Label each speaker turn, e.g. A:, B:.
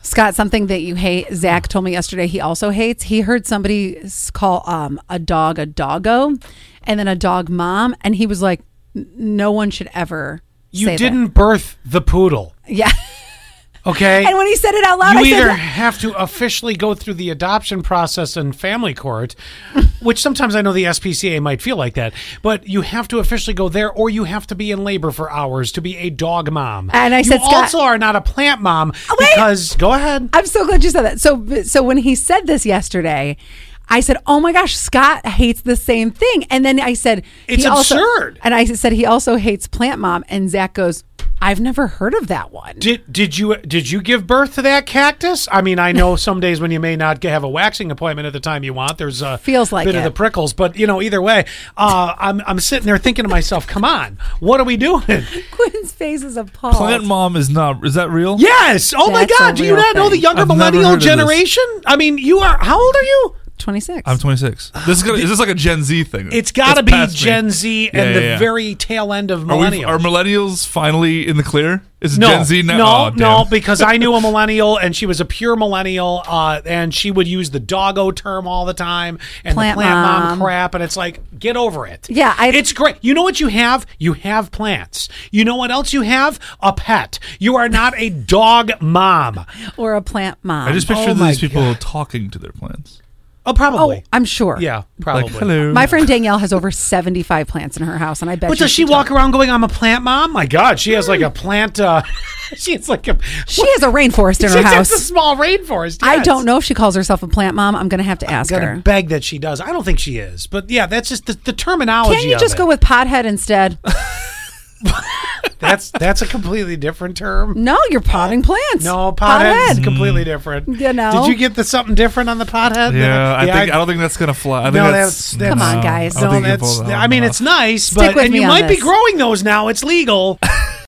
A: Scott, something that you hate. Zach told me yesterday he also hates. He heard somebody s- call um, a dog a doggo, and then a dog mom, and he was like, "N- "No one should ever."
B: You
A: say that."
B: didn't birth the poodle,
A: yeah.
B: okay?
A: and when he said it out loud,
B: you
A: I said,
B: either have to officially go through the adoption process in family court, which sometimes I know the SPCA might feel like that, but you have to officially go there or you have to be in labor for hours to be a dog mom.
A: And I
B: you
A: said, Scott- Oh,
B: also are not a plant mom
A: wait.
B: because go ahead.
A: I'm so glad you said that. So so when he said this yesterday, I said, "Oh my gosh, Scott hates the same thing." And then I said,
B: It's
A: he also-
B: absurd.
A: and I said he also hates Plant Mom. And Zach goes, "I've never heard of that one."
B: Did did you did you give birth to that cactus? I mean, I know some days when you may not g- have a waxing appointment at the time you want. There's a
A: Feels like
B: bit
A: it.
B: of the prickles, but you know, either way, uh, I'm I'm sitting there thinking to myself, "Come on, what are we doing?"
A: Quinn's face is appalled.
C: Plant mom is not. Is that real?
B: Yes. Oh my
A: That's
B: God.
A: a
B: Do you
A: real
B: not know the
A: thing.
B: younger
C: I've never
B: millennial
C: heard of this.
B: generation? I mean, you are. How old are you?
A: 26.
C: I'm 26. This is gonna, is this like a Gen Z thing?
B: It's got to
C: That's
B: be
C: past me.
B: Gen Z
C: Yeah,
B: and
C: yeah,
B: the
C: yeah.
B: very tail end of
C: Are, we-
B: millennial.
C: are millennials finally in the clear? Is it
B: no,
C: Gen Z now?
B: no,
C: Oh,
B: no,
C: damn.
B: because I knew a millennial and she was a pure millennial, uh, and she would use the doggo term all the time and
A: Plant
B: the plant mom.
A: mom.
B: crap, and it's like, get over it.
A: Yeah, I-
B: it's great. You know what you have? You have plants. You know what else you have? A pet. You are not a dog mom.
A: or a Plant Mom.
C: I just
B: Oh
C: picture
B: my
C: these people talking to their plants.
B: Oh,
A: oh,
B: probably.
A: I'm sure.
B: yeah, probably.
C: Like, hello.
A: My friend Danielle has over 75 plants in her house, and I bet.
B: But
A: you
B: does she walk around going, "I'm a plant mom"? My God, she has like a plant. Uh, she has like a.
A: She has a rainforest in
B: She
A: her
B: has
A: house.
B: a small rainforest.
A: I
B: yes.
A: don't know if she calls herself a Plant Mom. I'm going to have to
B: I'm
A: ask
B: gonna
A: her.
B: beg that she does. I don't think she is, but yeah, that's just the, the terminology.
A: Can't you
B: of
A: just
B: it.
A: go with Pothead instead?
B: That's that's a completely different term.
A: No, you're potting plants.
B: No, pothead is completely different.
A: You know.
B: Did you get the something different on the pothead?
C: Yeah, I think I,
B: I-
C: don't think that's gonna fly. I think
B: No,
C: that's,
B: that's- that's-
A: Come on, guys.
C: I don't
B: no,
C: think you
B: that's.
C: pull that
B: I mean,
C: one
B: it's
C: off.
B: nice,
A: Stick
B: but
A: with
B: and
A: me
B: you
A: on
B: might be
A: this.
B: growing those now. It's legal.